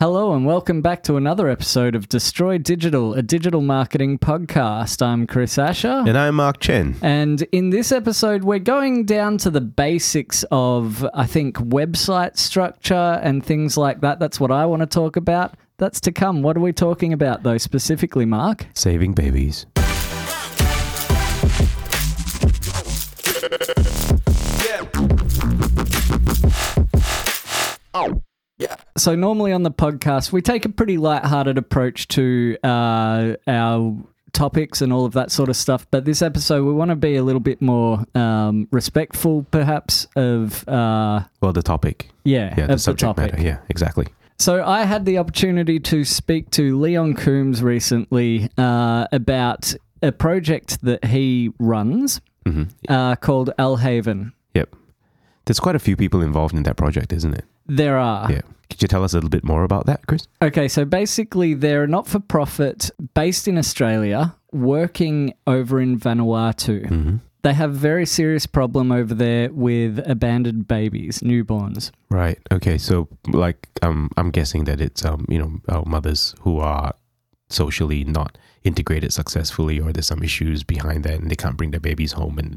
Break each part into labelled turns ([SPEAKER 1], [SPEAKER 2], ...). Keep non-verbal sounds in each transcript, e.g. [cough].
[SPEAKER 1] Hello and welcome back to another episode of Destroy Digital, a digital marketing podcast. I'm Chris Asher.
[SPEAKER 2] And I'm Mark Chen.
[SPEAKER 1] And in this episode, we're going down to the basics of, I think, website structure and things like that. That's what I want to talk about. That's to come. What are we talking about, though, specifically, Mark?
[SPEAKER 2] Saving babies.
[SPEAKER 1] So normally on the podcast, we take a pretty light-hearted approach to uh, our topics and all of that sort of stuff. But this episode, we want to be a little bit more um, respectful, perhaps, of uh,
[SPEAKER 2] Well, the topic.
[SPEAKER 1] yeah,
[SPEAKER 2] Yeah,
[SPEAKER 1] of
[SPEAKER 2] the subject
[SPEAKER 1] topic.
[SPEAKER 2] matter. Yeah, exactly.
[SPEAKER 1] So I had the opportunity to speak to Leon Coombs recently uh, about a project that he runs
[SPEAKER 2] Mm-hmm.
[SPEAKER 1] uh, called El Haven.
[SPEAKER 2] Yep. There's quite a few people involved in that project, isn't it?
[SPEAKER 1] There are.
[SPEAKER 2] Yeah. Could you tell us a little bit more about that, Chris?
[SPEAKER 1] Okay, so basically, they're not for profit based in Australia, working over in Vanuatu. They have a very serious problem over there with abandoned babies, newborns.
[SPEAKER 2] Right. Okay. So, like, um, I'm guessing that it's um, you know, our mothers who are socially not integrated successfully, or there's some issues behind that, and they can't bring their babies home, and,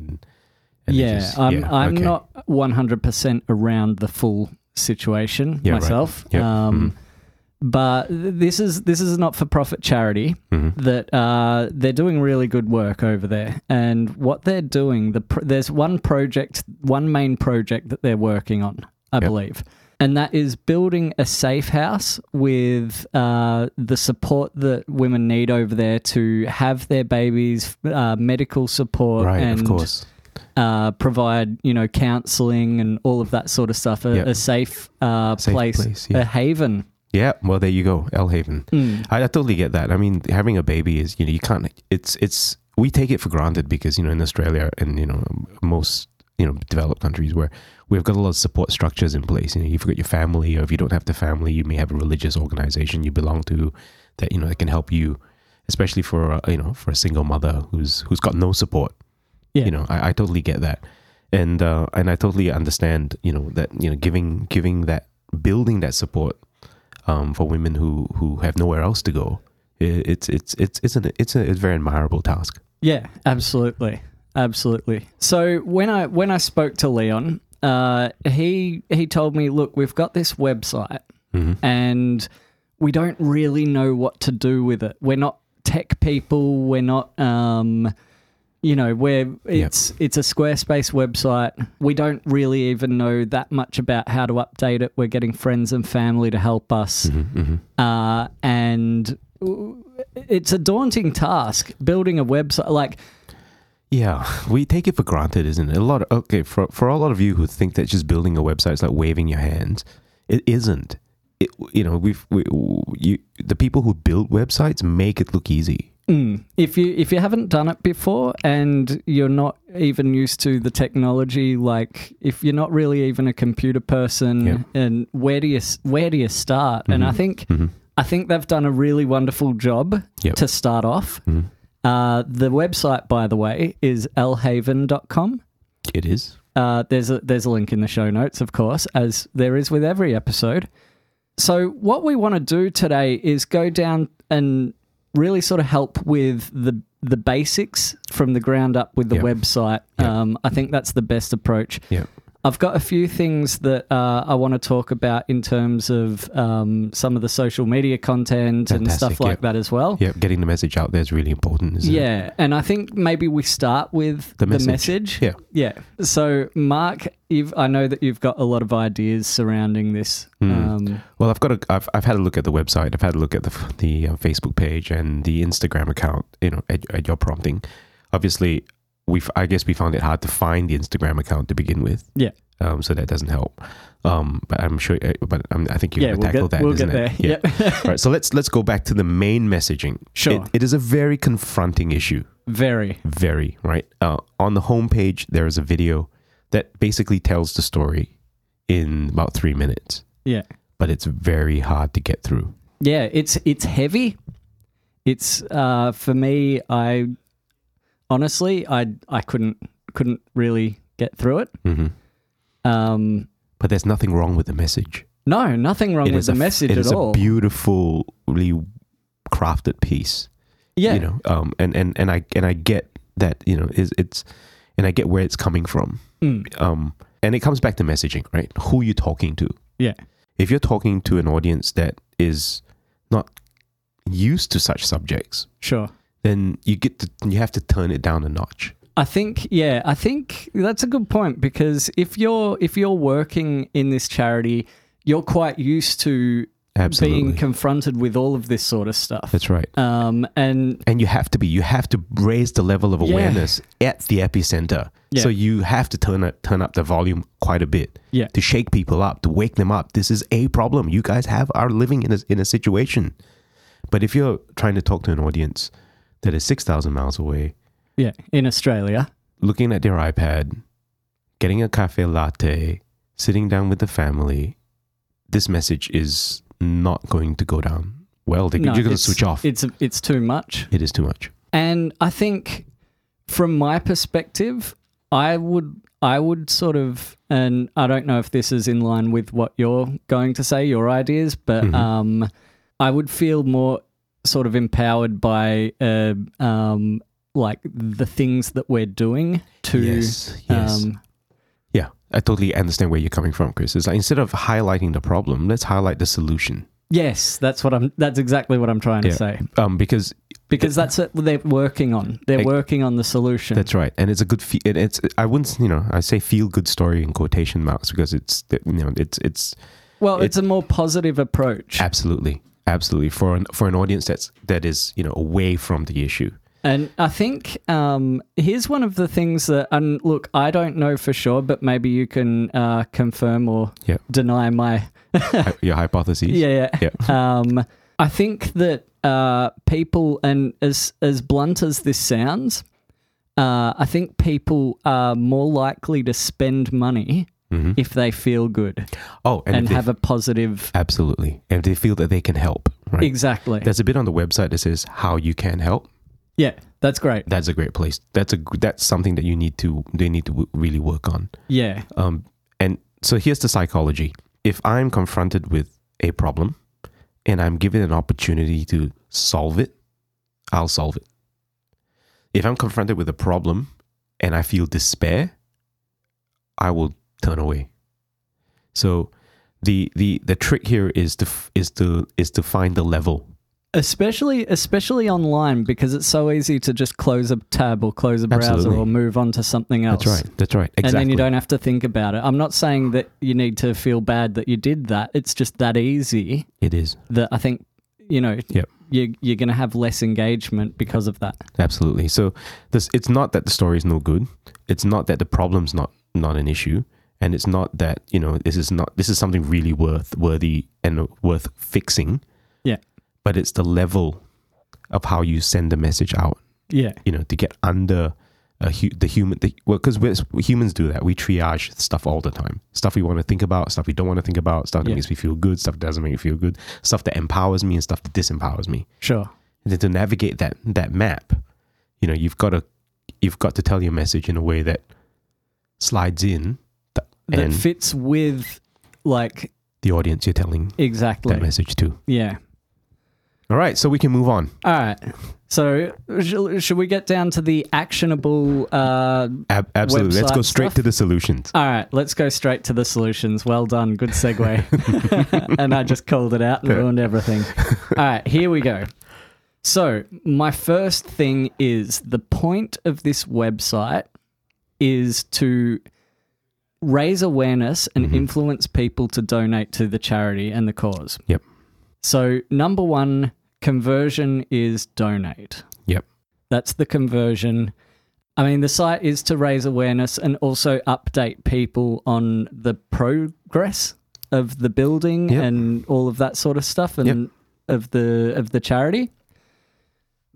[SPEAKER 2] and they
[SPEAKER 1] yeah,
[SPEAKER 2] just-
[SPEAKER 1] I'm,
[SPEAKER 2] yeah,
[SPEAKER 1] I'm
[SPEAKER 2] okay.
[SPEAKER 1] not 100% around the full situation
[SPEAKER 2] Yeah, right.
[SPEAKER 1] myself.
[SPEAKER 2] Yeah, Mm-hmm.
[SPEAKER 1] Um, But th- this is this is a not-for-profit charity
[SPEAKER 2] Mm-hmm.
[SPEAKER 1] that uh, they're doing really good work over there, and what they're doing, the pr- there's one project, one main project that they're working on, I believe, and that is building a safe house with uh, the support that women need over there to have their babies, uh, medical support,
[SPEAKER 2] Right.
[SPEAKER 1] and
[SPEAKER 2] of course.
[SPEAKER 1] uh, provide you know counselling and all of that sort of stuff. A,
[SPEAKER 2] Yep.
[SPEAKER 1] a safe, uh,
[SPEAKER 2] Safe
[SPEAKER 1] place,
[SPEAKER 2] place, yeah.
[SPEAKER 1] a haven. Mm.
[SPEAKER 2] Yeah, well, there you go, El Haven. I, I totally get that. I mean, having a baby is you know you can't. It's it's we take it for granted because you know in Australia and you know most you know developed countries where we've got a lot of support structures in place. You know, you've got your family, or if you don't have the family, you may have a religious organization you belong to that you know that can help you, especially for uh, you know for a single mother who's who's got no support
[SPEAKER 1] Yeah.
[SPEAKER 2] you know I, I totally get that and uh, and i totally understand you know that you know giving giving that building that support um, for women who who have nowhere else to go it, it's it's it's it's an it's a, it's a very admirable task
[SPEAKER 1] Yeah, absolutely, absolutely. So when I when I spoke to Leon, uh, he he told me, look, we've got this website,
[SPEAKER 2] Mm-hmm.
[SPEAKER 1] and we don't really know what to do with it. We're not tech people. We're not. Um, you know, where it's it's a Squarespace website. We don't really even know that much about how to update it. We're getting friends and family to help us,
[SPEAKER 2] Hmm. Mm-hmm.
[SPEAKER 1] uh, and it's a daunting task building a website. Like,
[SPEAKER 2] yeah we take it for granted isn't it a lot of, okay for for a lot of you who think that just building a website is like waving your hands it isn't it, you know we've we, you the people who build websites make it look easy
[SPEAKER 1] Mm. if you if you haven't done it before and you're not even used to the technology like if you're not really even a computer person
[SPEAKER 2] Yeah.
[SPEAKER 1] and where do you s- where do you start and i think i think they've done a really wonderful job
[SPEAKER 2] Yep.
[SPEAKER 1] to start off uh, the website by the way is lhaven.com
[SPEAKER 2] it is
[SPEAKER 1] uh, there's a there's a link in the show notes, of course, as there is with every episode. So what we want to do today is go down and really sort of help with the the basics from the ground up with the
[SPEAKER 2] Yep.
[SPEAKER 1] website.
[SPEAKER 2] Yep.
[SPEAKER 1] Um, I think that's the best approach.
[SPEAKER 2] yeah
[SPEAKER 1] I've got a few things that uh, I want to talk about in terms of um, some of the social media content and stuff
[SPEAKER 2] Fantastic,
[SPEAKER 1] like
[SPEAKER 2] yep.
[SPEAKER 1] that as well.
[SPEAKER 2] yeah getting the message out there is really important isn't it?
[SPEAKER 1] Yeah, and I think maybe we start with the
[SPEAKER 2] The
[SPEAKER 1] message.
[SPEAKER 2] message. Yeah.
[SPEAKER 1] yeah. So, Mark, you've, I know that you've got a lot of ideas surrounding this.
[SPEAKER 2] Hmm.
[SPEAKER 1] Um,
[SPEAKER 2] Well, I've got a, I've, I've had a look at the website. I've had a look at the f- the uh, Facebook page and the Instagram account. You know, at, at your prompting, obviously, we have I guess we found it hard to find the Instagram account to begin with.
[SPEAKER 1] Yeah.
[SPEAKER 2] Um, so that doesn't help. Um, but I'm sure. uh, But um, I think you're
[SPEAKER 1] yeah,
[SPEAKER 2] gonna
[SPEAKER 1] we'll
[SPEAKER 2] tackle
[SPEAKER 1] get,
[SPEAKER 2] that.
[SPEAKER 1] we'll
[SPEAKER 2] isn't
[SPEAKER 1] get
[SPEAKER 2] it?
[SPEAKER 1] there. [laughs]
[SPEAKER 2] Yeah.
[SPEAKER 1] Yep.
[SPEAKER 2] right. So let's let's go back to the main messaging.
[SPEAKER 1] Sure.
[SPEAKER 2] It- it is a very confronting issue.
[SPEAKER 1] Very.
[SPEAKER 2] Very right. Uh, on the homepage, there is a video that basically tells the story in about three minutes,
[SPEAKER 1] Yeah.
[SPEAKER 2] but it's very hard to get through.
[SPEAKER 1] Yeah, it's it's heavy. It's uh, for me. I honestly, I I couldn't couldn't really get through it.
[SPEAKER 2] Mm-hmm.
[SPEAKER 1] Um,
[SPEAKER 2] But there's nothing wrong with the message.
[SPEAKER 1] No, nothing wrong
[SPEAKER 2] It
[SPEAKER 1] with
[SPEAKER 2] is
[SPEAKER 1] the
[SPEAKER 2] a-
[SPEAKER 1] message
[SPEAKER 2] it
[SPEAKER 1] at
[SPEAKER 2] is a
[SPEAKER 1] all.
[SPEAKER 2] beautifully crafted piece.
[SPEAKER 1] yeah.
[SPEAKER 2] you know um and and and i and i get that you know is it's and i get where it's coming from
[SPEAKER 1] Mm.
[SPEAKER 2] um and it comes back to messaging right who you talking to
[SPEAKER 1] Yeah.
[SPEAKER 2] if you're talking to an audience that is not used to such subjects
[SPEAKER 1] Sure.
[SPEAKER 2] then you get to you have to turn it down a notch
[SPEAKER 1] I think yeah, I think that's a good point because if you're if you're working in this charity, you're quite used to
[SPEAKER 2] absolutely
[SPEAKER 1] being confronted with all of this sort of stuff.
[SPEAKER 2] that's right
[SPEAKER 1] Um and
[SPEAKER 2] and you have to be you have to raise the level of
[SPEAKER 1] Yeah.
[SPEAKER 2] awareness at the epicenter
[SPEAKER 1] Yeah.
[SPEAKER 2] so you have to turn up turn up the volume quite a bit
[SPEAKER 1] Yeah.
[SPEAKER 2] to shake people up to wake them up this is a problem you guys have are living in a, in a situation but if you're trying to talk to an audience that is 6000 miles away
[SPEAKER 1] yeah, in Australia.
[SPEAKER 2] looking at their ipad getting a cafe latte sitting down with the family this message is not going to go down well they,
[SPEAKER 1] No,
[SPEAKER 2] you're going to
[SPEAKER 1] it's-
[SPEAKER 2] switch off
[SPEAKER 1] It's it's too much.
[SPEAKER 2] it is too much
[SPEAKER 1] And I think from my perspective, I would I would sort of and I don't know if this is in line with what you're going to say, your ideas, but
[SPEAKER 2] Mhm.
[SPEAKER 1] um I would feel more sort of empowered by uh, um like the things that we're doing to
[SPEAKER 2] yes yes
[SPEAKER 1] um
[SPEAKER 2] Yeah, I totally understand where you're coming from, Chris. It's like instead of highlighting the problem, let's highlight the solution.
[SPEAKER 1] yes, that's what I'm that's exactly what I'm trying
[SPEAKER 2] Yeah.
[SPEAKER 1] to say.
[SPEAKER 2] Um, because
[SPEAKER 1] Because that's what they're working on. They're
[SPEAKER 2] Ex-
[SPEAKER 1] working on the solution.
[SPEAKER 2] that's right, and it's a good. Fe- and it's I wouldn't you know I say feel good story in quotation marks because it's you know it's it's
[SPEAKER 1] well,
[SPEAKER 2] it-
[SPEAKER 1] it's a more positive approach.
[SPEAKER 2] absolutely absolutely for an for an audience that's that is you know away from the
[SPEAKER 1] [laughs]
[SPEAKER 2] issue.
[SPEAKER 1] And I think um, here's one of the things that, and look, I don't know for sure, but maybe you can uh, confirm or
[SPEAKER 2] Yeah.
[SPEAKER 1] deny my.
[SPEAKER 2] Hy- Your hypotheses.
[SPEAKER 1] Yeah, yeah.
[SPEAKER 2] [laughs]
[SPEAKER 1] Um, I think that uh, people, and as as blunt as this sounds, uh, I think people are more likely to spend money
[SPEAKER 2] hmm
[SPEAKER 1] if they feel good
[SPEAKER 2] Oh, and,
[SPEAKER 1] and,
[SPEAKER 2] if they-
[SPEAKER 1] have a positive.
[SPEAKER 2] absolutely, and if they feel that they can help. Right.
[SPEAKER 1] Exactly.
[SPEAKER 2] There's a bit on the website that says how you can help.
[SPEAKER 1] yeah, that's great.
[SPEAKER 2] That's a great place. That's a gr- that's something that you need to they need to w- really work on.
[SPEAKER 1] Yeah,
[SPEAKER 2] Um, and so here's the psychology. If I'm confronted with a problem and I'm given an opportunity to solve it, I'll solve it. If I'm confronted with a problem and I feel despair, I will turn away. So the the the trick here is to f- is to is to find the level.
[SPEAKER 1] especially especially online because it's so easy to just close a tab or close a browser
[SPEAKER 2] Absolutely.
[SPEAKER 1] or move on to something else.
[SPEAKER 2] That's right. That's right.
[SPEAKER 1] And
[SPEAKER 2] Exactly.
[SPEAKER 1] then you don't have to think about it. I'm not saying that you need to feel bad that you did that. It's just that easy
[SPEAKER 2] it is.
[SPEAKER 1] that I think you know
[SPEAKER 2] Yep.
[SPEAKER 1] you you're going to have less engagement because of that.
[SPEAKER 2] Absolutely. So this it's not that the story is no good. It's not that the problem's not not an issue, and it's not that you know this is not this is something really worth worthy and worth fixing.
[SPEAKER 1] Yeah.
[SPEAKER 2] But it's the level of how you send the message out.
[SPEAKER 1] Yeah.
[SPEAKER 2] You know to get under. A hu- the human, the, well, because humans do that. We triage stuff all the time. Stuff we want to think about, stuff we don't want to think about, stuff that
[SPEAKER 1] Yeah.
[SPEAKER 2] makes me feel good, stuff that doesn't make me feel good, stuff that empowers me and stuff that disempowers me
[SPEAKER 1] Sure.
[SPEAKER 2] and then to navigate that that map, you know, you've got to you've got to tell your message in a way that slides in th-
[SPEAKER 1] That
[SPEAKER 2] and
[SPEAKER 1] fits with like
[SPEAKER 2] the audience you're telling that
[SPEAKER 1] exactly.
[SPEAKER 2] message to.
[SPEAKER 1] Yeah.
[SPEAKER 2] All right, so we can move on.
[SPEAKER 1] All right. So sh- should we get down to the actionable uh
[SPEAKER 2] Ab- absolutely, let's
[SPEAKER 1] Website
[SPEAKER 2] go straight
[SPEAKER 1] stuff.
[SPEAKER 2] to the solutions.
[SPEAKER 1] All right, let's go straight to the solutions. Well done. Good
[SPEAKER 2] [laughs]
[SPEAKER 1] segue. and I just called it out and ruined everything. All right, here we go. So, my first thing is the point of this website is to raise awareness and
[SPEAKER 2] Mm-hmm.
[SPEAKER 1] influence people to donate to the charity and the cause.
[SPEAKER 2] Yep.
[SPEAKER 1] So, number one conversion is donate.
[SPEAKER 2] Yep.
[SPEAKER 1] That's the conversion. I mean, the site is to raise awareness and also update people on the progress of the building
[SPEAKER 2] Yep.
[SPEAKER 1] and all of that sort of stuff and of the of the charity.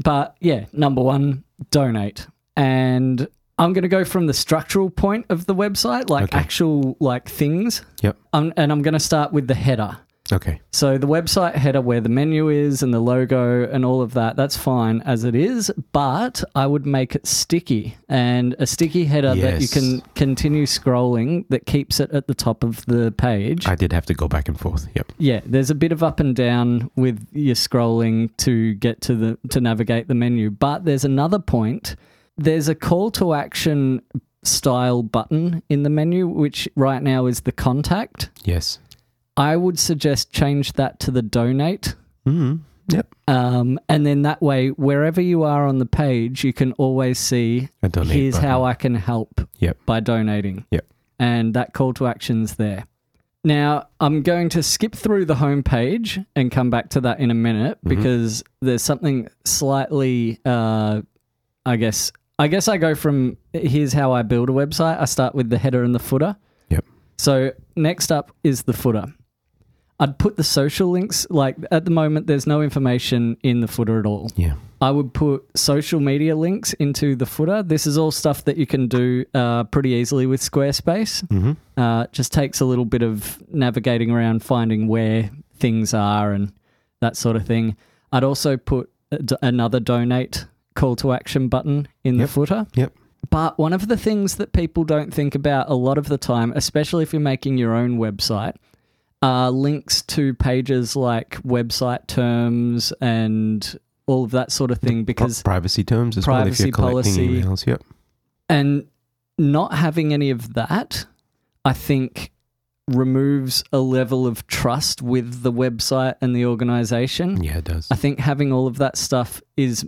[SPEAKER 1] But yeah, number one, donate. And I'm going to go from the structural point of the website, like
[SPEAKER 2] Okay.
[SPEAKER 1] actual like things.
[SPEAKER 2] Yep.
[SPEAKER 1] Um, and I'm going to start with the header.
[SPEAKER 2] Okay.
[SPEAKER 1] So the website header where the menu is and the logo and all of that, that's fine as it is, but I would make it sticky and a sticky header that you
[SPEAKER 2] Yes.
[SPEAKER 1] can continue scrolling that keeps it at the top of the page.
[SPEAKER 2] I did have to go back and forth. Yep.
[SPEAKER 1] yeah, there's a bit of up and down with your scrolling to get to the to navigate the menu, but there's another point. There's a call to action style button in the menu which right now is the contact.
[SPEAKER 2] Yes.
[SPEAKER 1] I would suggest change that to the donate Mm-hmm.
[SPEAKER 2] Mm. Yep.
[SPEAKER 1] um, and then that way, wherever you are on the page, you can always see
[SPEAKER 2] A donate
[SPEAKER 1] here's
[SPEAKER 2] button.
[SPEAKER 1] how I can help
[SPEAKER 2] Yep.
[SPEAKER 1] by donating.
[SPEAKER 2] Yep.
[SPEAKER 1] And that call to action's there. Now, I'm going to skip through the homepage and come back to that in a minute
[SPEAKER 2] Mm-hmm.
[SPEAKER 1] because there's something slightly, uh, I guess, I guess I go from here's how I build a website. I start with the header and the footer.
[SPEAKER 2] Yep.
[SPEAKER 1] So next up is the footer. I'd put the social links, like at the moment, there's no information in the footer at all.
[SPEAKER 2] Yeah.
[SPEAKER 1] I would put social media links into the footer. This is all stuff that you can do uh, pretty easily with Squarespace.
[SPEAKER 2] Mm-hmm.
[SPEAKER 1] Uh, it just takes a little bit of navigating around, finding where things are and that sort of thing. I'd also put a d- another donate call to action button in the
[SPEAKER 2] Yep.
[SPEAKER 1] footer.
[SPEAKER 2] Yep.
[SPEAKER 1] But one of the things that people don't think about a lot of the time, especially if you're making your own website, are links to pages like website terms and all of that sort of thing
[SPEAKER 2] Pri-
[SPEAKER 1] because
[SPEAKER 2] privacy terms as well. If
[SPEAKER 1] privacy
[SPEAKER 2] you're collecting
[SPEAKER 1] policy.
[SPEAKER 2] emails. Yep.
[SPEAKER 1] and not having any of that i think removes a level of trust with the website and the organization
[SPEAKER 2] Yeah, it
[SPEAKER 1] [laughs]
[SPEAKER 2] does.
[SPEAKER 1] i think having all of that stuff is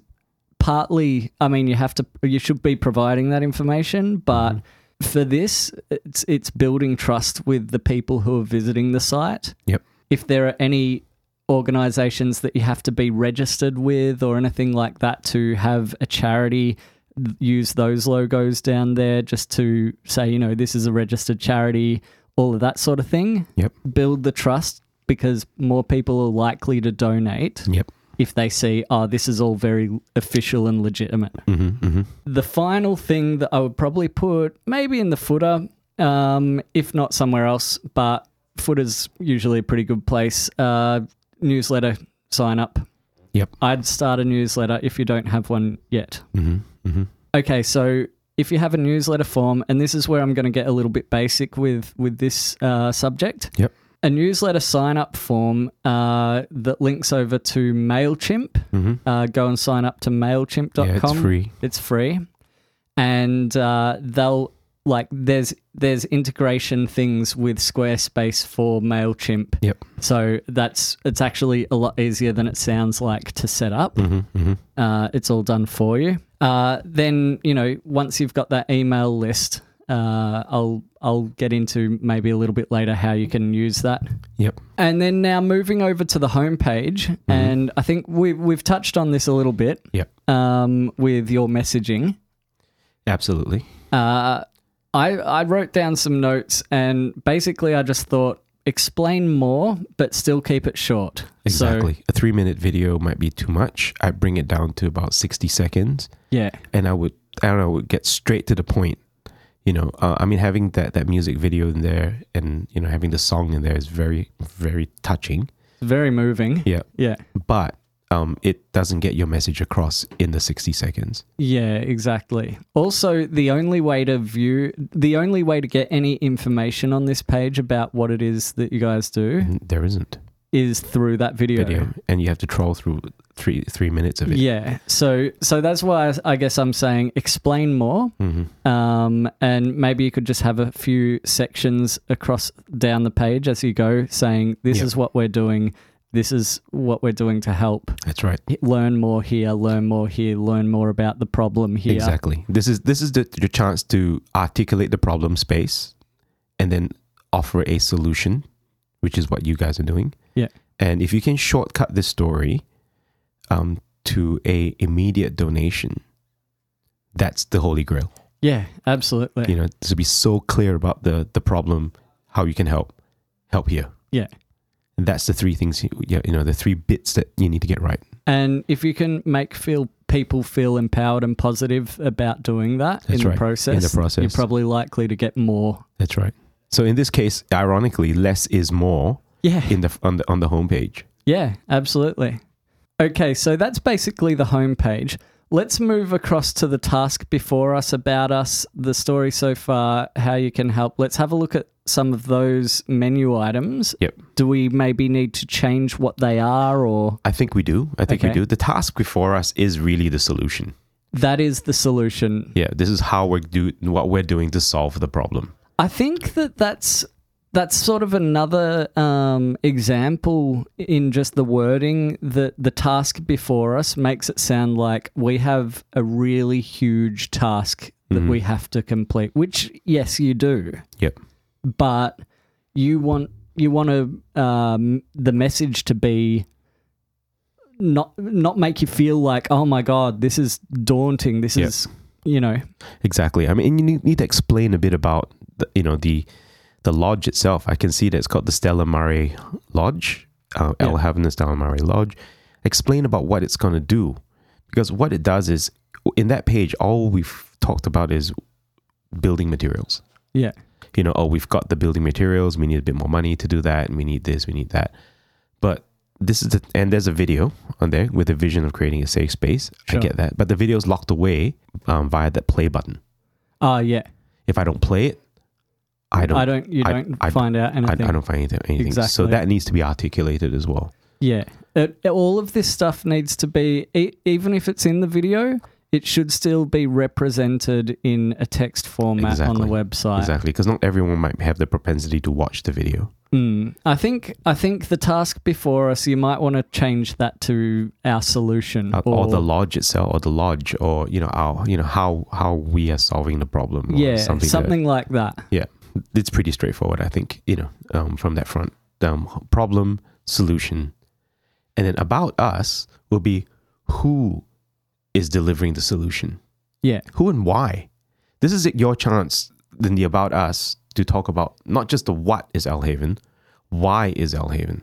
[SPEAKER 1] partly i mean you have to you should be providing that information but
[SPEAKER 2] Mm-hmm.
[SPEAKER 1] for this it's it's building trust with the people who are visiting the site
[SPEAKER 2] Yep.
[SPEAKER 1] if there are any organizations that you have to be registered with or anything like that to have a charity th- use those logos down there just to say you know this is a registered charity all of that sort of thing
[SPEAKER 2] Yep.
[SPEAKER 1] build the trust because more people are likely to donate
[SPEAKER 2] Yep.
[SPEAKER 1] if they see oh this is all very official and legitimate
[SPEAKER 2] Mm-hmm. Mm-hmm.
[SPEAKER 1] the final thing that I would probably put maybe in the footer, um, if not somewhere else, but footer's usually a pretty good place. Uh, newsletter sign up.
[SPEAKER 2] Yep.
[SPEAKER 1] I'd start a newsletter if you don't have one yet.
[SPEAKER 2] Mm-hmm. Mm-hmm.
[SPEAKER 1] Okay, so if you have a newsletter form, and this is where I'm going to get a little bit basic with with this uh, subject.
[SPEAKER 2] Yep.
[SPEAKER 1] A newsletter sign up form uh, that links over to Mailchimp.
[SPEAKER 2] Mm-hmm.
[SPEAKER 1] Uh, go and sign up to Mailchimp.com.
[SPEAKER 2] Yeah, it's free.
[SPEAKER 1] It's free, and uh, they'll like there's there's integration things with Squarespace for Mailchimp.
[SPEAKER 2] Yep.
[SPEAKER 1] So that's it's actually a lot easier than it sounds like to set up.
[SPEAKER 2] Mm-hmm. Mm-hmm.
[SPEAKER 1] Uh, it's all done for you. Uh, then you know once you've got that email list, uh, I'll I'll get into maybe a little bit later how you can use that.
[SPEAKER 2] Yep.
[SPEAKER 1] And then now moving over to the homepage,
[SPEAKER 2] Mm-hmm.
[SPEAKER 1] and I think we we've touched on this a little bit
[SPEAKER 2] Yep.
[SPEAKER 1] um, with your messaging.
[SPEAKER 2] Absolutely.
[SPEAKER 1] Uh, I I wrote down some notes, and basically I just thought explain more, but still keep it short.
[SPEAKER 2] Exactly.
[SPEAKER 1] So,
[SPEAKER 2] a three minute video might be too much. I bring it down to about 60 seconds
[SPEAKER 1] yeah,
[SPEAKER 2] and I would, I don't know, would get straight to the point. You know, uh, I mean, having that, that music video in there and, you know, having the song in there is very, very touching.
[SPEAKER 1] very moving.
[SPEAKER 2] Yeah.
[SPEAKER 1] Yeah,
[SPEAKER 2] But um, it doesn't get your message across in the 60 seconds.
[SPEAKER 1] yeah, exactly. Also, the only way to view, the only way to get any information on this page about what it is that you guys do
[SPEAKER 2] N- There isn't
[SPEAKER 1] is through that
[SPEAKER 2] video. And you have to troll through three, three minutes of it.
[SPEAKER 1] Yeah. So so that's why I- I guess I'm saying explain more.
[SPEAKER 2] Mhm.
[SPEAKER 1] Um, and maybe you could just have a few sections across down the page as you go saying this
[SPEAKER 2] Yep.
[SPEAKER 1] is what we're doing. This is what we're doing to help.
[SPEAKER 2] That's right.
[SPEAKER 1] Learn more here, learn more here, learn more about the problem here.
[SPEAKER 2] Exactly. This is this is the, the chance to articulate the problem space, and then offer a solution, which is what you guys are doing.
[SPEAKER 1] Yeah.
[SPEAKER 2] And if you can shortcut this story, um, to a immediate donation, that's the holy grail.
[SPEAKER 1] Yeah, absolutely.
[SPEAKER 2] You know, to be so clear about the the problem, how you can help, help here.
[SPEAKER 1] Yeah.
[SPEAKER 2] And that's the three things. You, you know, the three bits that you need to get right.
[SPEAKER 1] And if you can make feel people feel empowered and positive about doing that
[SPEAKER 2] That's
[SPEAKER 1] in
[SPEAKER 2] right, in
[SPEAKER 1] the
[SPEAKER 2] the
[SPEAKER 1] process, you're
[SPEAKER 2] process.
[SPEAKER 1] probably likely to get more.
[SPEAKER 2] That's right. So in this case, ironically, less is more
[SPEAKER 1] Yeah.
[SPEAKER 2] in the on the on the homepage.
[SPEAKER 1] Yeah, absolutely. Okay, so that's basically the homepage. Let's move across to the task before us about us, the story so far, how you can help. Let's have a look at some of those menu items.
[SPEAKER 2] Yep.
[SPEAKER 1] Do we maybe need to change what they are, or
[SPEAKER 2] I think we do. I think we
[SPEAKER 1] Okay.
[SPEAKER 2] do. The task before us is really the solution.
[SPEAKER 1] that is the solution?
[SPEAKER 2] Yeah, this is how we're do what we're doing to solve the problem.
[SPEAKER 1] I think that that's that's sort of another um, example in just the wording that the task before us makes it sound like we have a really huge task that we
[SPEAKER 2] Mm-hmm.
[SPEAKER 1] have to complete. Which yes, you do,
[SPEAKER 2] Yep.
[SPEAKER 1] but you want you want to um, the message to be not not make you feel like oh my god this is daunting this
[SPEAKER 2] Yeah.
[SPEAKER 1] is you know
[SPEAKER 2] Exactly. I mean, and you need- need to explain a bit about the, you know the the lodge itself. I can see that it's called the Stella Murray Lodge, uh, El
[SPEAKER 1] Yeah.
[SPEAKER 2] Haven and Stella Murray Lodge. Explain about what it's going to do, because what it does is in that page, all we've talked about is building materials.
[SPEAKER 1] yeah
[SPEAKER 2] You know, oh, we've got the building materials. We need a bit more money to do that, and we need this, we need that. But this is the and there's a video on there with a vision of creating a safe space.
[SPEAKER 1] Sure.
[SPEAKER 2] I get that, but the video is locked away um, via that play button
[SPEAKER 1] oh yeah
[SPEAKER 2] if I don't play it, I don't.
[SPEAKER 1] I don't. You
[SPEAKER 2] I-
[SPEAKER 1] don't
[SPEAKER 2] I-
[SPEAKER 1] find out
[SPEAKER 2] I,
[SPEAKER 1] anything.
[SPEAKER 2] I don't find anything. anything. So
[SPEAKER 1] Exactly.
[SPEAKER 2] that needs to be articulated as well.
[SPEAKER 1] Yeah, it, it- all of this stuff needs to be, e- even if it's in the video, it should still be represented in a text format on
[SPEAKER 2] Exactly.
[SPEAKER 1] the website.
[SPEAKER 2] Exactly, because not everyone might have the propensity to watch the video.
[SPEAKER 1] Mm. I think. I think the task before us, you might want to change that to our solution
[SPEAKER 2] Uh, or, the lodge itself, or the lodge, or you know, our, you know, how how we are solving the problem. Or
[SPEAKER 1] yeah,
[SPEAKER 2] something.
[SPEAKER 1] something,
[SPEAKER 2] that-
[SPEAKER 1] like that.
[SPEAKER 2] yeah, it's pretty straightforward. I think you know, um, from that front, um, problem, solution, and then about us will be who is delivering the solution.
[SPEAKER 1] Yeah,
[SPEAKER 2] who and why. This is your chance in the About Us to talk about not just the what is El Haven, why is El Haven.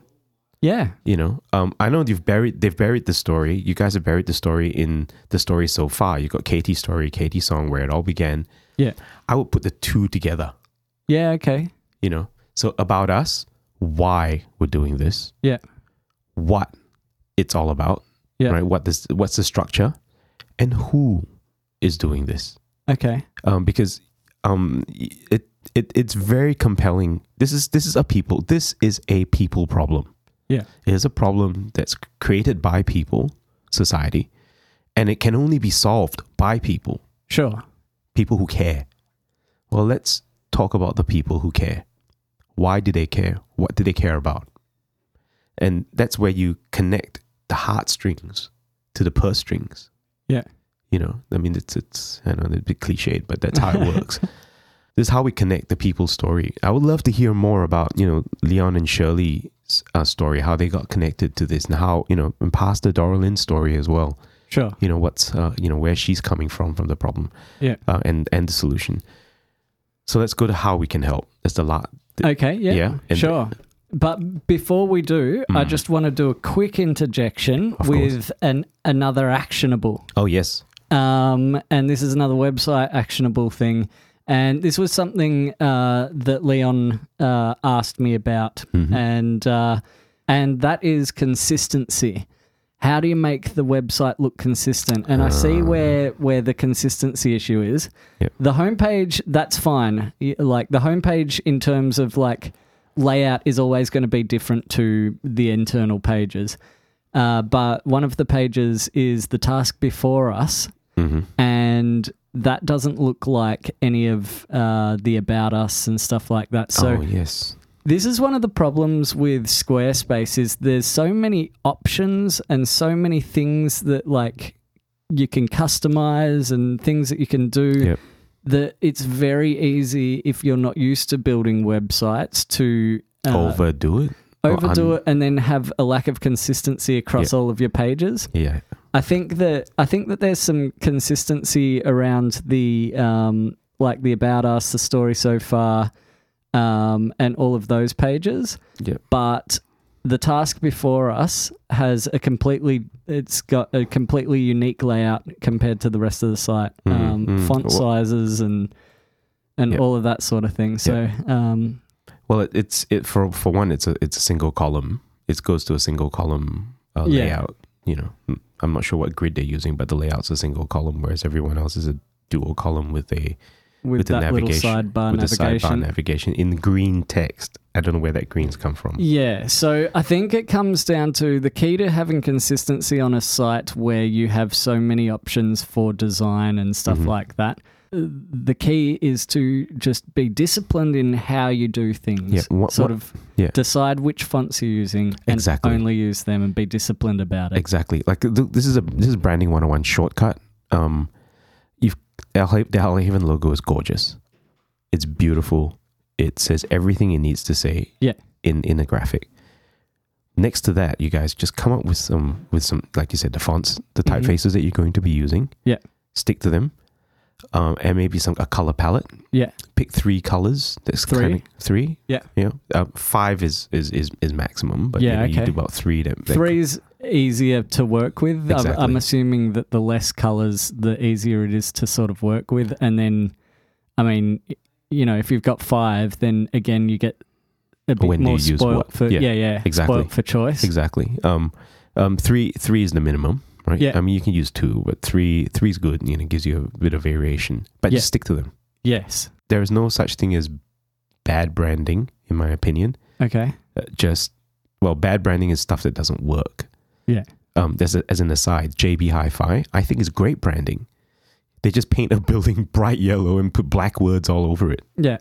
[SPEAKER 1] yeah,
[SPEAKER 2] You know, um, I know you've buried they've buried the story. You guys have buried the story in the story so far. You got Katie's story, Katie's song, where it all began.
[SPEAKER 1] yeah,
[SPEAKER 2] I would put the two together.
[SPEAKER 1] yeah. Okay.
[SPEAKER 2] You know, so about us, why we're doing this,
[SPEAKER 1] Yeah,
[SPEAKER 2] what it's all about,
[SPEAKER 1] Yeah.
[SPEAKER 2] right? What this, what's the structure, and who is doing this.
[SPEAKER 1] okay.
[SPEAKER 2] um, because um, it, it it's very compelling. This is this is a people. This is a people problem.
[SPEAKER 1] Yeah,
[SPEAKER 2] It is a problem that's created by people, society, and it can only be solved by people,
[SPEAKER 1] sure.
[SPEAKER 2] people who care. Well, let's talk about the people who care. Why do they care? What do they care about? And that's where you connect the heartstrings to the purse strings
[SPEAKER 1] Yeah,
[SPEAKER 2] you know i mean it's it's i know it's a bit cliched but that's how it works this is how we connect the people's story i would love to hear more about you know leon and shirley's uh, story how they got connected to this and how you know and pastor doralyn's story as well
[SPEAKER 1] sure.
[SPEAKER 2] you know what's uh, you know where she's coming from from the problem
[SPEAKER 1] Yeah.
[SPEAKER 2] uh, and and the solution so let's go to how we can help that's the lot
[SPEAKER 1] Okay, yeah.
[SPEAKER 2] Yeah, and- Hmm.
[SPEAKER 1] sure. But before we do, I just want to do a quick interjection
[SPEAKER 2] Of course.
[SPEAKER 1] with an another actionable.
[SPEAKER 2] oh yes
[SPEAKER 1] Um, and this is another website actionable thing. And this was something uh, that Leon uh, asked me about,
[SPEAKER 2] Mm-hmm.
[SPEAKER 1] and uh, and that is consistency. How do you make the website look consistent? And I see where where the consistency issue is.
[SPEAKER 2] Um. Yep.
[SPEAKER 1] The homepage, that's fine. Y- Like the homepage in terms of like layout is always going to be different to the internal pages. Uh, but one of the pages is the task before us,
[SPEAKER 2] hmm
[SPEAKER 1] and that doesn't look like any of uh, the about us and stuff like that. So
[SPEAKER 2] oh yes
[SPEAKER 1] this is one of the problems with Squarespace is there's so many options and so many things that like you can customize and things that you can do
[SPEAKER 2] Yep.
[SPEAKER 1] that it's very easy if you're not used to building websites to uh,
[SPEAKER 2] overdo it Or
[SPEAKER 1] overdo
[SPEAKER 2] un-
[SPEAKER 1] it and then have a lack of consistency across all of your pages.
[SPEAKER 2] yeah
[SPEAKER 1] I think that I think that there's some consistency around the um, like the about us, the story so far, um, and all of those pages.
[SPEAKER 2] Yep.
[SPEAKER 1] But the task before us has a completely it's got a completely unique layout compared to the rest of the site.
[SPEAKER 2] Mhm,
[SPEAKER 1] um,
[SPEAKER 2] mhm.
[SPEAKER 1] Font
[SPEAKER 2] Well-
[SPEAKER 1] sizes and and
[SPEAKER 2] Yep.
[SPEAKER 1] all of that sort of thing. So um,
[SPEAKER 2] Well, it, it's it for for one, it's a it's a single column. It goes to a single column uh,
[SPEAKER 1] Yeah.
[SPEAKER 2] layout. You know, Mm, I'm not sure what grid they're using, but the layout's a single column, whereas everyone else is a dual column with a
[SPEAKER 1] with,
[SPEAKER 2] with a
[SPEAKER 1] that little
[SPEAKER 2] navigation
[SPEAKER 1] sidebar
[SPEAKER 2] with a sidebar
[SPEAKER 1] navigation.
[SPEAKER 2] navigation in green text. I don't know where that greens come from.
[SPEAKER 1] Yeah, so I think it comes down to the key to having consistency on a site where you have so many options for design and stuff
[SPEAKER 2] Mm-hmm.
[SPEAKER 1] like that. Uh, The key is to just be disciplined in how you do things.
[SPEAKER 2] Yeah, what-
[SPEAKER 1] sort
[SPEAKER 2] what-
[SPEAKER 1] of
[SPEAKER 2] yeah.
[SPEAKER 1] decide which fonts you're using and
[SPEAKER 2] Exactly.
[SPEAKER 1] only use them and be disciplined about it.
[SPEAKER 2] Exactly. Like th- this is a this is branding 101 shortcut. Um you've the Al- the Al Haven logo is gorgeous. It's beautiful. It says everything it needs to say
[SPEAKER 1] Yeah.
[SPEAKER 2] in in a graphic. Next to that, you guys just come up with some with some like you said the fonts, the
[SPEAKER 1] Mhm.
[SPEAKER 2] typefaces that you're going to be using.
[SPEAKER 1] Yeah.
[SPEAKER 2] Stick to them. Um, and maybe some a color palette.
[SPEAKER 1] Yeah.
[SPEAKER 2] Pick three colors. That's
[SPEAKER 1] Three?
[SPEAKER 2] Kinda, three.
[SPEAKER 1] Yeah.
[SPEAKER 2] Yeah. Uh, five is, is is is maximum, but
[SPEAKER 1] Yeah,
[SPEAKER 2] you, know, you
[SPEAKER 1] okay.
[SPEAKER 2] do about three. That, that
[SPEAKER 1] Three's easier to work with. I'm-
[SPEAKER 2] Exactly.
[SPEAKER 1] I'm assuming that the less colors, the easier it is to sort of work with. And then, I mean, y- you know, if you've got five, then again, you get a bit
[SPEAKER 2] When do
[SPEAKER 1] more
[SPEAKER 2] you use
[SPEAKER 1] spoilt
[SPEAKER 2] what?
[SPEAKER 1] for
[SPEAKER 2] Yeah,
[SPEAKER 1] yeah, yeah,
[SPEAKER 2] exactly.
[SPEAKER 1] spoilt for choice.
[SPEAKER 2] Exactly. Um, um, three three is the minimum, right?
[SPEAKER 1] Yeah.
[SPEAKER 2] I mean, you can use two, but three three is good. You know, gives you a bit of variation, but
[SPEAKER 1] Yeah.
[SPEAKER 2] just stick to them.
[SPEAKER 1] Yes.
[SPEAKER 2] There is no such thing as bad branding, in my opinion.
[SPEAKER 1] Okay.
[SPEAKER 2] Uh, just well, bad branding is stuff that doesn't work.
[SPEAKER 1] Yeah.
[SPEAKER 2] Um, there's a, as an aside, JB Hi-Fi, I think is great branding. They just paint a [laughs] building bright yellow and put black words all over it.
[SPEAKER 1] Yeah.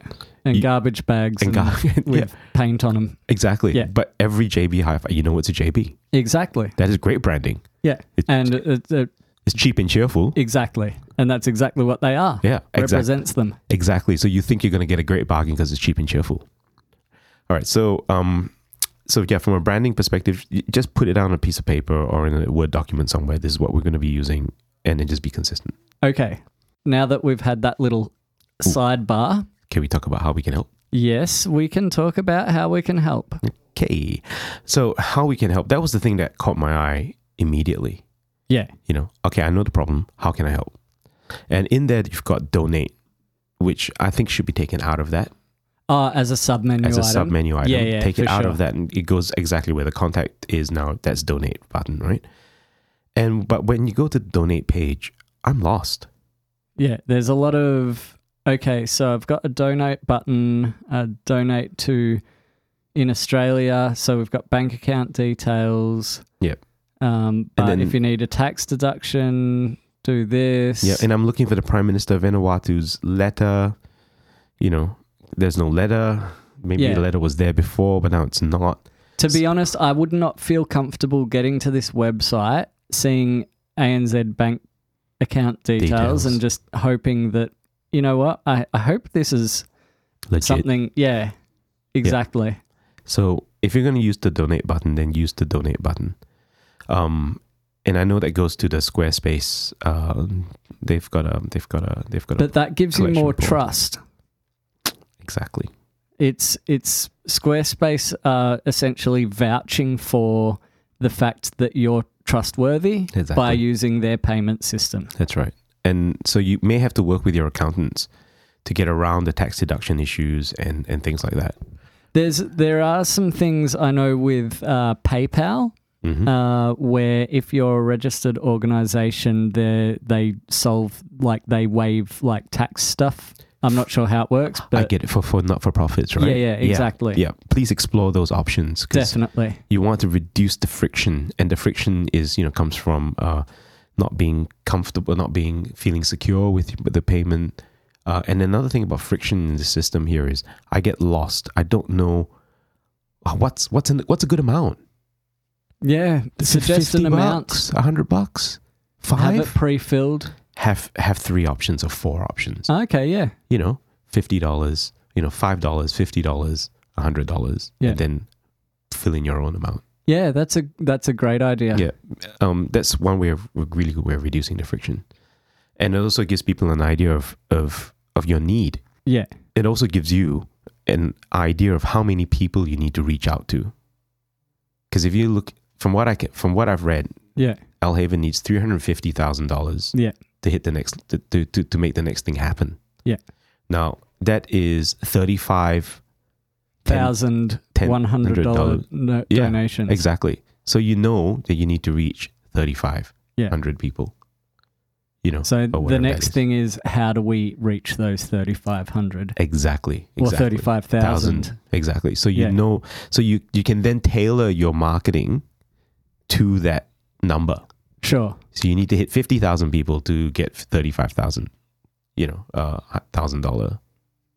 [SPEAKER 1] And
[SPEAKER 2] You-
[SPEAKER 1] garbage bags and
[SPEAKER 2] And gar- [laughs] yeah,
[SPEAKER 1] [laughs] with paint on them.
[SPEAKER 2] exactly.
[SPEAKER 1] Yeah.
[SPEAKER 2] But every JB Hi-Fi, you know, it's a JB.
[SPEAKER 1] Exactly.
[SPEAKER 2] That is great branding.
[SPEAKER 1] Yeah.
[SPEAKER 2] It-
[SPEAKER 1] And it, it,
[SPEAKER 2] It's cheap and cheerful.
[SPEAKER 1] exactly. And that's exactly what they are.
[SPEAKER 2] yeah, exactly.
[SPEAKER 1] Represents them.
[SPEAKER 2] Exactly. So you think you're going to get a great bargain because it's cheap and cheerful. All right. So, um, so yeah, from a branding perspective, y- just put it down on a piece of paper or in a Word document somewhere. This is what we're going to be using, and then just be consistent.
[SPEAKER 1] Okay. Now that we've had that little sidebar,
[SPEAKER 2] Can we talk about how we can help?
[SPEAKER 1] Yes, we can talk about how we can help.
[SPEAKER 2] Okay. So how we can help? That was the thing that caught my eye immediately.
[SPEAKER 1] Yeah.
[SPEAKER 2] You know, okay, I know the problem. How can I help? And in there, you've got donate, which I think should be taken out of that.
[SPEAKER 1] Uh, as a submenu
[SPEAKER 2] as a
[SPEAKER 1] item.
[SPEAKER 2] sub menu item.
[SPEAKER 1] Yeah, yeah,
[SPEAKER 2] Take it
[SPEAKER 1] for
[SPEAKER 2] out
[SPEAKER 1] sure.
[SPEAKER 2] of that, and it goes exactly where the contact is now. That's donate button, right? And but when you go to donate page, I'm lost.
[SPEAKER 1] Yeah, there's a lot of okay. So I've got a donate button. Uh, donate to in Australia. So we've got bank account details.
[SPEAKER 2] Yep.
[SPEAKER 1] Um, but
[SPEAKER 2] then-
[SPEAKER 1] if you need a tax deduction, do this.
[SPEAKER 2] Yeah, and I'm looking for the Prime Minister of Vanuatu's letter. You know, there's no letter. Maybe
[SPEAKER 1] Yeah.
[SPEAKER 2] the letter was there before, but now it's not.
[SPEAKER 1] to be honest, I would not feel comfortable getting to this website, seeing ANZ bank account details,
[SPEAKER 2] Details.
[SPEAKER 1] and just hoping that you know what I, I hope this is
[SPEAKER 2] Legit.
[SPEAKER 1] something yeah exactly
[SPEAKER 2] So if you're going to use the donate button, then use the donate button. Um, and I know that goes to the Squarespace. Uh, they've got a, they've got a, they've got a,
[SPEAKER 1] but that gives you
[SPEAKER 2] Collection
[SPEAKER 1] more
[SPEAKER 2] board.
[SPEAKER 1] trust
[SPEAKER 2] exactly.
[SPEAKER 1] it's it's squarespace uh, essentially vouching for the fact that you're trustworthy
[SPEAKER 2] Exactly.
[SPEAKER 1] by using their payment system
[SPEAKER 2] That's right. And so you may have to work with your accountants to get around the tax deduction issues and, and things like that.
[SPEAKER 1] there's there are some things i know with uh, paypal
[SPEAKER 2] Mhm.
[SPEAKER 1] uh, where if you're a registered organization, they they solve like they waive like tax stuff. I'm not sure how it works,
[SPEAKER 2] I
[SPEAKER 1] but
[SPEAKER 2] get it for, for not for profits, right?
[SPEAKER 1] yeah, yeah, exactly,
[SPEAKER 2] Yeah. Please explore those options because
[SPEAKER 1] definitely,
[SPEAKER 2] you want to reduce the friction, and the friction is you know comes from uh, not being comfortable, not being feeling secure with with the payment. Uh, and another thing about friction in the system here is I get lost. I don't know uh, what's what's in, what's a good amount.
[SPEAKER 1] yeah. Suggest an amount,
[SPEAKER 2] a hundred bucks,
[SPEAKER 1] have
[SPEAKER 2] five.
[SPEAKER 1] it pre-filled.
[SPEAKER 2] have have three options or four options.
[SPEAKER 1] Okay, yeah,
[SPEAKER 2] You know, fifty dollars, you know, five dollars, fifty dollars, a hundred dollars,
[SPEAKER 1] Yeah.
[SPEAKER 2] and then fill in your own amount.
[SPEAKER 1] yeah. That's a that's a great idea.
[SPEAKER 2] Yeah. Um, that's one way of a really good way of reducing the friction, and it also gives people an idea of of of your need.
[SPEAKER 1] Yeah.
[SPEAKER 2] It also gives you an idea of how many people you need to reach out to. Because if you look from what I can, from what I've read,
[SPEAKER 1] yeah,
[SPEAKER 2] Al Haven needs three hundred fifty thousand dollars.
[SPEAKER 1] Yeah.
[SPEAKER 2] To hit the next to, to to to make the next thing happen.
[SPEAKER 1] Yeah.
[SPEAKER 2] Now that is thirty five
[SPEAKER 1] thousand one hundred dollar
[SPEAKER 2] $100
[SPEAKER 1] no,
[SPEAKER 2] Yeah,
[SPEAKER 1] donations.
[SPEAKER 2] Exactly. So you know that you need to reach 3,500
[SPEAKER 1] Yeah.
[SPEAKER 2] people. You know.
[SPEAKER 1] So
[SPEAKER 2] or
[SPEAKER 1] the
[SPEAKER 2] whatever that
[SPEAKER 1] next
[SPEAKER 2] is.
[SPEAKER 1] thing is how do we reach those thirty five hundred
[SPEAKER 2] Exactly.
[SPEAKER 1] or
[SPEAKER 2] exactly.
[SPEAKER 1] thirty five thousand?
[SPEAKER 2] thousand exactly so you
[SPEAKER 1] Yeah.
[SPEAKER 2] know so you you can then tailor your marketing to that number
[SPEAKER 1] Sure.
[SPEAKER 2] so you need to hit 50,000 people to get 35,000 you know uh thousand dollar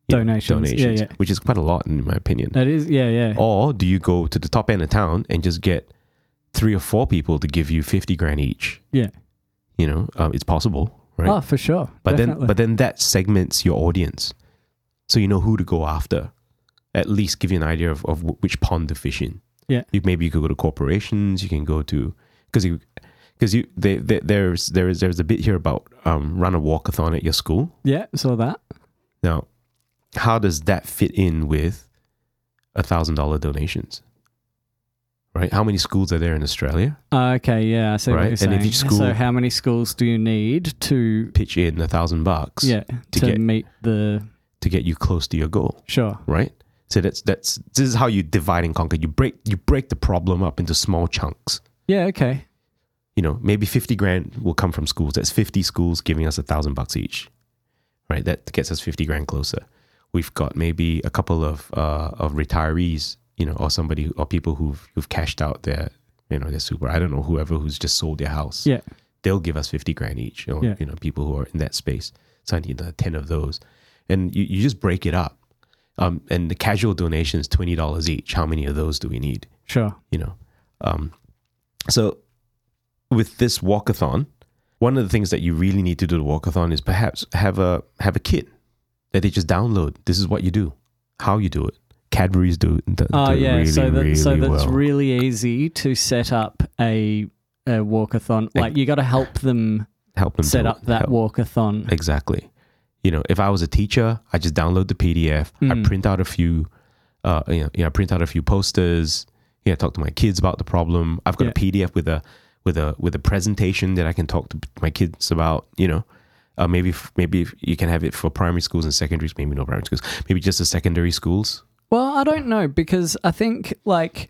[SPEAKER 1] Donations. Yeah, yeah.
[SPEAKER 2] which is quite a lot in my opinion
[SPEAKER 1] That is yeah, yeah.
[SPEAKER 2] or do you go to the top end of town and just get three or four people to give you 50 grand each
[SPEAKER 1] Yeah.
[SPEAKER 2] you know um, it's possible right
[SPEAKER 1] Oh, for sure.
[SPEAKER 2] but
[SPEAKER 1] Definitely.
[SPEAKER 2] then but then that segments your audience so you know who to go after at least give you an idea of, of wh- which pond to fish in
[SPEAKER 1] Yeah.
[SPEAKER 2] you, maybe you could go to corporations you can go to because you because you they, they, there's there is there's a bit here about um, run a walkathon at your school
[SPEAKER 1] yeah, saw that.
[SPEAKER 2] now how does that fit in with a thousand dollar donations right how many schools are there in australia
[SPEAKER 1] Okay, yeah, I see
[SPEAKER 2] Right,
[SPEAKER 1] what you're
[SPEAKER 2] and if
[SPEAKER 1] saying.
[SPEAKER 2] each school-
[SPEAKER 1] so how many schools do you need to
[SPEAKER 2] pitch in a thousand bucks
[SPEAKER 1] yeah, to,
[SPEAKER 2] get-
[SPEAKER 1] meet the
[SPEAKER 2] to get you close to your goal
[SPEAKER 1] sure.
[SPEAKER 2] right? So that's that's this is how you divide and conquer. You break you break the problem up into small chunks.
[SPEAKER 1] Yeah, okay.
[SPEAKER 2] You know, maybe fifty grand will come from schools. That's fifty schools giving us a thousand bucks each, right? That gets us fifty grand closer. We've got maybe a couple of uh, of retirees, you know, or somebody or people who've who've cashed out their you know their super. I don't know whoever who's just sold their house.
[SPEAKER 1] Yeah.
[SPEAKER 2] they'll give us fifty grand each. Or,
[SPEAKER 1] Yeah.
[SPEAKER 2] You know, people who are in that space. So I need uh, ten of those, and you, you just break it up. Um, and the casual donations twenty dollars each. How many of those do we need?
[SPEAKER 1] Sure.
[SPEAKER 2] You know, um, so with this walkathon, one of the things that you really need to do the walkathon is perhaps have a have a kit that they just download. This is what you do, how you do it. Cadbury's do it. do
[SPEAKER 1] Oh
[SPEAKER 2] it
[SPEAKER 1] yeah,
[SPEAKER 2] really,
[SPEAKER 1] so that
[SPEAKER 2] really
[SPEAKER 1] so that's
[SPEAKER 2] well.
[SPEAKER 1] really easy to set up a a walkathon. Like you got to help them
[SPEAKER 2] help them
[SPEAKER 1] set
[SPEAKER 2] do
[SPEAKER 1] up
[SPEAKER 2] it.
[SPEAKER 1] that
[SPEAKER 2] Help-
[SPEAKER 1] walkathon.
[SPEAKER 2] Exactly. You know, if I was a teacher, I just download the PDF.
[SPEAKER 1] Mm.
[SPEAKER 2] I print out a few, uh, you know, yeah, I print out a few posters. Yeah, talk to my kids about the problem. I've got a PDF with a with a with a presentation that I can talk to my kids about. You know, uh, maybe f- maybe if you can have it for primary schools and secondaries. Maybe no primary schools. Maybe just the secondary schools.
[SPEAKER 1] Well, I don't know because I think like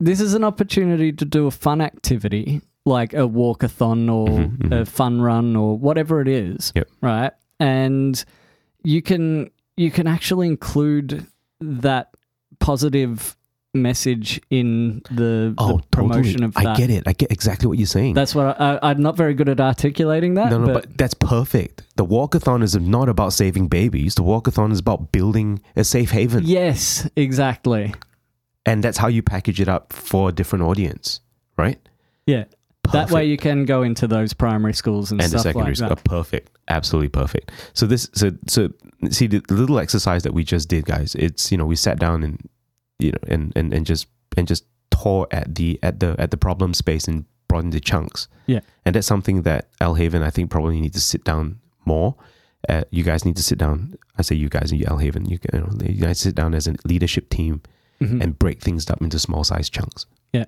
[SPEAKER 1] this is an opportunity to do a fun activity like a walkathon or a fun run or whatever it is,
[SPEAKER 2] Mm-hmm, Yep.
[SPEAKER 1] right? And you can you can actually include that positive message in the, the Oh, promotion of that.
[SPEAKER 2] Oh, I get it. I get exactly what you're saying.
[SPEAKER 1] That's what I, I, I'm not very good at articulating that.
[SPEAKER 2] Mm. no, no,
[SPEAKER 1] but,
[SPEAKER 2] but that's perfect. The walkathon is not about saving babies. The walkathon is about building a safe haven.
[SPEAKER 1] yes, exactly.
[SPEAKER 2] and that's how you package it up for a different audience, right?
[SPEAKER 1] Yeah. That way
[SPEAKER 2] Perfect.
[SPEAKER 1] you can go into those primary schools and,
[SPEAKER 2] and the
[SPEAKER 1] stuff
[SPEAKER 2] secondary
[SPEAKER 1] like
[SPEAKER 2] school,
[SPEAKER 1] that.
[SPEAKER 2] perfect, absolutely perfect. So this, so so see the little exercise that we just did, guys. It's you know we sat down and you know and and and just and just tore at the at the at the problem space and broadened the chunks.
[SPEAKER 1] Yeah.
[SPEAKER 2] and that's something that Al Haven I think probably need to sit down more. Uh, you guys need to sit down. I say you guys and Al Haven. You, you know you guys sit down as a leadership team
[SPEAKER 1] Mhm.
[SPEAKER 2] and break things up into small size chunks.
[SPEAKER 1] Yeah.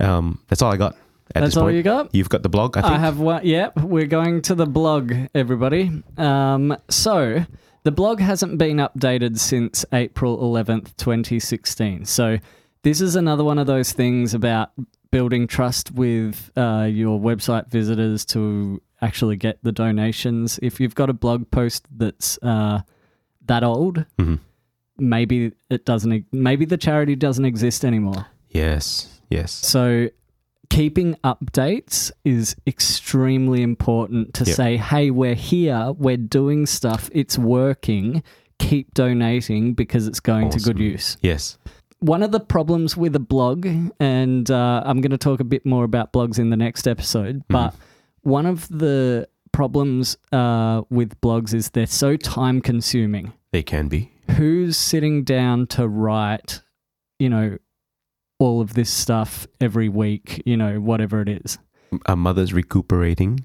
[SPEAKER 2] Um, that's all I got. At
[SPEAKER 1] That's
[SPEAKER 2] this
[SPEAKER 1] all
[SPEAKER 2] point.
[SPEAKER 1] you got?
[SPEAKER 2] You've got the blog, I think.
[SPEAKER 1] I have one. Yep, we're going to the blog, everybody. Um, so the blog hasn't been updated since April 11th, 2016. So this is another one of those things about building trust with uh, your website visitors to actually get the donations. If you've got a blog post that's uh, that old,
[SPEAKER 2] Mhm.
[SPEAKER 1] maybe it doesn't. e, Maybe the charity doesn't exist anymore.
[SPEAKER 2] Yes, yes.
[SPEAKER 1] So keeping updates is extremely important to
[SPEAKER 2] Yep.
[SPEAKER 1] say, hey, we're here, we're doing stuff, it's working. Keep donating because it's going to good
[SPEAKER 2] Awesome.
[SPEAKER 1] use.
[SPEAKER 2] Yes.
[SPEAKER 1] One of the problems with a blog, and uh, I'm going to talk a bit more about blogs in the next episode, but one of the problems uh, with blogs is they're so time consuming
[SPEAKER 2] They can be.
[SPEAKER 1] who's sitting down to write, you know, all of this stuff every week, you know, whatever it is.
[SPEAKER 2] A mother's recuperating.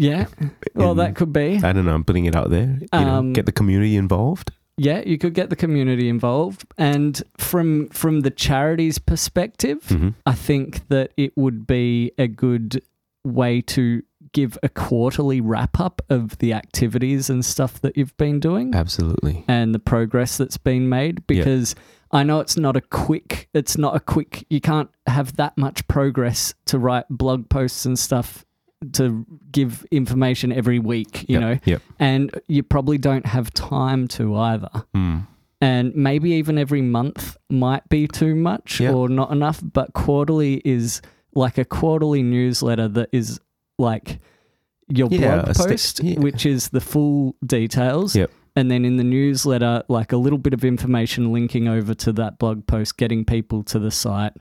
[SPEAKER 1] Yeah. Well,
[SPEAKER 2] And-
[SPEAKER 1] that could be.
[SPEAKER 2] I don't know. I'm putting it out there. You
[SPEAKER 1] Um,
[SPEAKER 2] know, get the community involved.
[SPEAKER 1] Yeah, you could get the community involved. And from from the charity's
[SPEAKER 2] Hmm.
[SPEAKER 1] perspective,
[SPEAKER 2] Mm-hmm.
[SPEAKER 1] I think that it would be a good way to give a quarterly wrap up of the activities and stuff that you've been doing
[SPEAKER 2] Absolutely.
[SPEAKER 1] and the progress that's been made because I know it's not a quick it's not a quick you can't have that much progress to write blog posts and stuff to give information every week, you
[SPEAKER 2] Yep,
[SPEAKER 1] know.
[SPEAKER 2] Yep.
[SPEAKER 1] And you probably don't have time to either.
[SPEAKER 2] Mm.
[SPEAKER 1] And maybe even every month might be too much
[SPEAKER 2] Yeah.
[SPEAKER 1] or not enough, but quarterly is like a quarterly newsletter that is like your
[SPEAKER 2] Yeah,
[SPEAKER 1] blog
[SPEAKER 2] a sta-
[SPEAKER 1] post,
[SPEAKER 2] yeah.
[SPEAKER 1] which is the full details.
[SPEAKER 2] Yep.
[SPEAKER 1] And then in the newsletter, like a little bit of information linking over to that blog post, getting people to the site.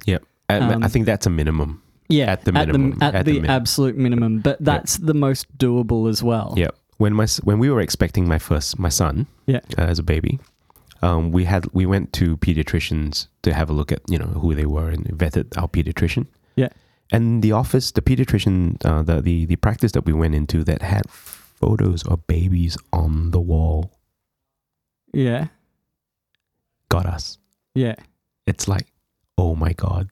[SPEAKER 2] And
[SPEAKER 1] Um,
[SPEAKER 2] I think that's a minimum.
[SPEAKER 1] Yeah,
[SPEAKER 2] At the minimum,
[SPEAKER 1] at the,
[SPEAKER 2] at the min-
[SPEAKER 1] absolute minimum. But that's the most doable as well.
[SPEAKER 2] Yeah. When my s- when we were expecting my first my son,
[SPEAKER 1] Yeah.
[SPEAKER 2] uh, as a baby, um, we had we went to pediatricians to have a look at you know who they were and vetted our pediatrician.
[SPEAKER 1] Yeah.
[SPEAKER 2] And the office, the pediatrician, uh, the the the practice that we went into that had photos of babies on the wall
[SPEAKER 1] Yeah.
[SPEAKER 2] got us.
[SPEAKER 1] Yeah.
[SPEAKER 2] It's like, oh my god,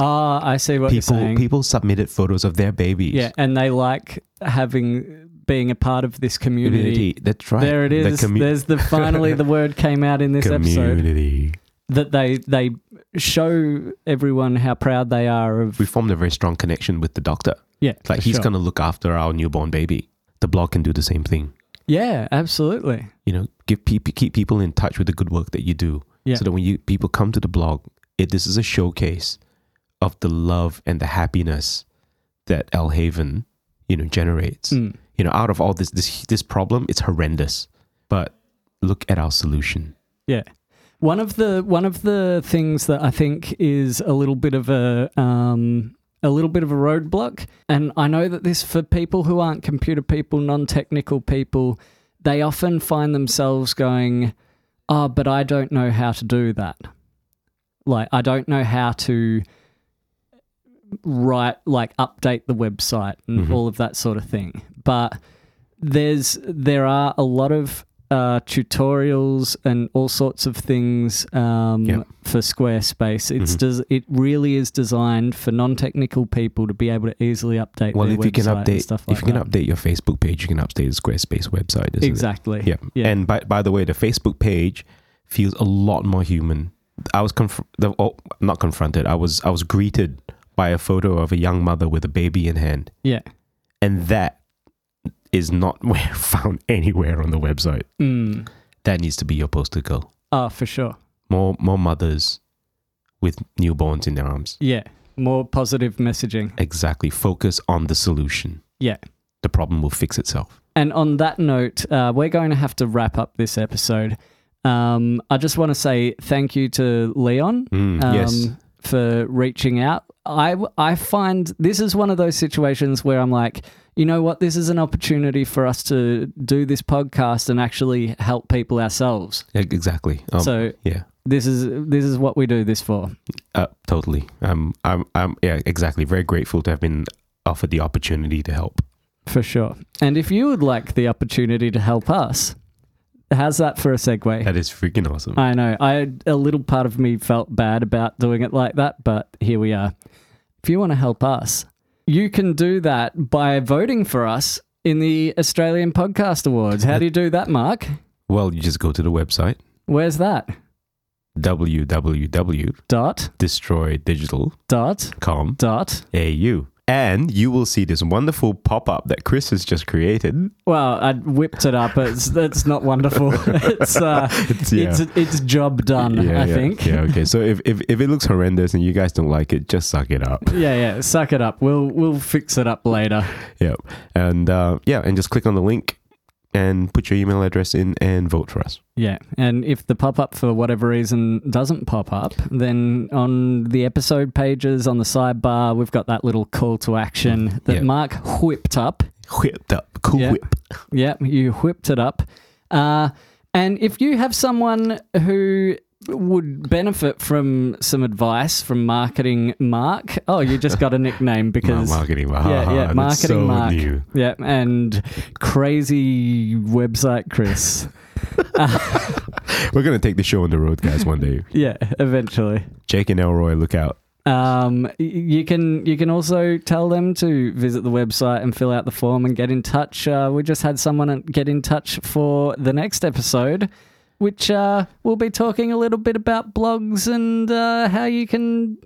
[SPEAKER 1] Ah, I see what you're
[SPEAKER 2] people
[SPEAKER 1] saying.
[SPEAKER 2] people submitted photos of their babies.
[SPEAKER 1] Yeah, and they like having being a part of this community.
[SPEAKER 2] Community. That's right.
[SPEAKER 1] There it
[SPEAKER 2] The
[SPEAKER 1] is.
[SPEAKER 2] commu-
[SPEAKER 1] There's the finally the word came out in this episode
[SPEAKER 2] [laughs] community.
[SPEAKER 1] that they they show everyone how proud they are of.
[SPEAKER 2] we formed a very strong connection with the doctor.
[SPEAKER 1] yeah,
[SPEAKER 2] Like
[SPEAKER 1] for
[SPEAKER 2] he's
[SPEAKER 1] sure.
[SPEAKER 2] gonna look after our newborn baby. The blog can do the same thing.
[SPEAKER 1] Yeah, absolutely.
[SPEAKER 2] You know, give people keep people in touch with the good work that you do.
[SPEAKER 1] Yeah.
[SPEAKER 2] So that when you people come to the blog, it this is a showcase of the love and the happiness that El Haven, you know, generates.
[SPEAKER 1] Mm.
[SPEAKER 2] You know, out of all this this this problem, it's horrendous. But look at our solution.
[SPEAKER 1] Yeah. One of the one of the things that I think is a little bit of a um, a little bit of a roadblock, and I know that this for people who aren't computer people, non-technical people, they often find themselves going, "Ah, but I don't know how to do that. Like, I don't know how to write, like, update the website and
[SPEAKER 2] Mhm.
[SPEAKER 1] all of that sort of thing." But there's there are a lot of uh, tutorials and all sorts of things um,
[SPEAKER 2] Yep.
[SPEAKER 1] for Squarespace. It's
[SPEAKER 2] Mhm.
[SPEAKER 1] des- it really is designed for non-technical people to be able to easily update.
[SPEAKER 2] Well,
[SPEAKER 1] their
[SPEAKER 2] if you can
[SPEAKER 1] website and
[SPEAKER 2] update
[SPEAKER 1] stuff
[SPEAKER 2] if
[SPEAKER 1] like
[SPEAKER 2] you can
[SPEAKER 1] that.
[SPEAKER 2] update your Facebook page, you can update the Squarespace website, isn't it?
[SPEAKER 1] exactly.
[SPEAKER 2] Yeah.
[SPEAKER 1] Yeah.
[SPEAKER 2] And by by the way, the Facebook page feels a lot more human. I was conf- the, oh, not confronted. I was I was greeted by a photo of a young mother with a baby in hand,
[SPEAKER 1] Yeah.
[SPEAKER 2] and that is not [laughs] where found anywhere on the website.
[SPEAKER 1] Mm.
[SPEAKER 2] That needs to be your poster girl.
[SPEAKER 1] Oh, for sure.
[SPEAKER 2] More more mothers with newborns in their arms.
[SPEAKER 1] Yeah. More positive messaging.
[SPEAKER 2] Exactly. Focus on the solution.
[SPEAKER 1] Yeah.
[SPEAKER 2] The problem will fix itself.
[SPEAKER 1] And on that note, uh, we're going to have to wrap up this episode. Um, I just want to say thank you to Leon
[SPEAKER 2] Mm,
[SPEAKER 1] um,
[SPEAKER 2] yes.
[SPEAKER 1] for reaching out. I, I find this is one of those situations where I'm like, you know what? This is an opportunity for us to do this podcast and actually help people ourselves.
[SPEAKER 2] E- Exactly. Um,
[SPEAKER 1] so
[SPEAKER 2] yeah.
[SPEAKER 1] this is this is what we do this for.
[SPEAKER 2] Uh, totally. Um, I'm, I'm, yeah, exactly. Very grateful to have been offered the opportunity to help.
[SPEAKER 1] For sure. And if you would like the opportunity to help us, how's that for a segue?
[SPEAKER 2] That is freaking awesome.
[SPEAKER 1] I know. I a little part of me felt bad about doing it like that, but here we are. If you want to help us, you can do that by voting for us in the Australian Podcast Awards. How do you do that, Mark?
[SPEAKER 2] well, you just go to the website
[SPEAKER 1] Where's that? Dot
[SPEAKER 2] www.destroydigital.com.au
[SPEAKER 1] dot dot.
[SPEAKER 2] and you will see this wonderful pop up that Chris has just created.
[SPEAKER 1] Well, I whipped it up. It's that's not wonderful. [laughs] it's uh,
[SPEAKER 2] It's- yeah.
[SPEAKER 1] it's it's job done.
[SPEAKER 2] yeah,
[SPEAKER 1] I
[SPEAKER 2] yeah,
[SPEAKER 1] think.
[SPEAKER 2] Yeah, okay. So if, if, if it looks horrendous and you guys don't like it, just suck it
[SPEAKER 1] [laughs]
[SPEAKER 2] up.
[SPEAKER 1] yeah, yeah. Suck it up. We'll we'll fix it up later.
[SPEAKER 2] yep. And uh, yeah, and just click on the link and put your email address in and vote for us.
[SPEAKER 1] Yeah, and if the pop up for whatever reason doesn't pop up, then on the episode pages on the sidebar, we've got that little call to action that
[SPEAKER 2] Yeah.
[SPEAKER 1] Mark whipped up.
[SPEAKER 2] Whipped up. Cool
[SPEAKER 1] Yeah.
[SPEAKER 2] whip.
[SPEAKER 1] Yep, you whipped it up. Uh, and if you have someone who would benefit from some advice from marketing Mark, oh, you just got a nickname because
[SPEAKER 2] marketing, wow,
[SPEAKER 1] yeah, yeah,
[SPEAKER 2] that's
[SPEAKER 1] marketing
[SPEAKER 2] so
[SPEAKER 1] Mark.
[SPEAKER 2] new.
[SPEAKER 1] Yeah, and crazy website Chris.
[SPEAKER 2] We're gonna take the show on the road, guys. One day,
[SPEAKER 1] [laughs] yeah, eventually.
[SPEAKER 2] Jake and Elroy, look out.
[SPEAKER 1] Um, y- you can you can also tell them to visit the website and fill out the form and get in touch. Uh, we just had someone get in touch for the next episode, which uh, we'll be talking a little bit about blogs and uh, how you can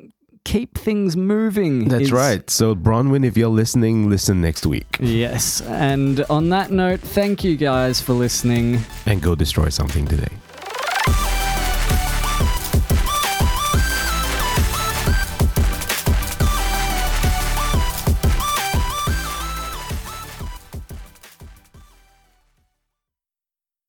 [SPEAKER 1] keep things moving.
[SPEAKER 2] That's
[SPEAKER 1] is-
[SPEAKER 2] right. So, Bronwyn, if you're listening, listen next week
[SPEAKER 1] Yes, and on that note, thank you guys for listening.
[SPEAKER 2] and go destroy something today.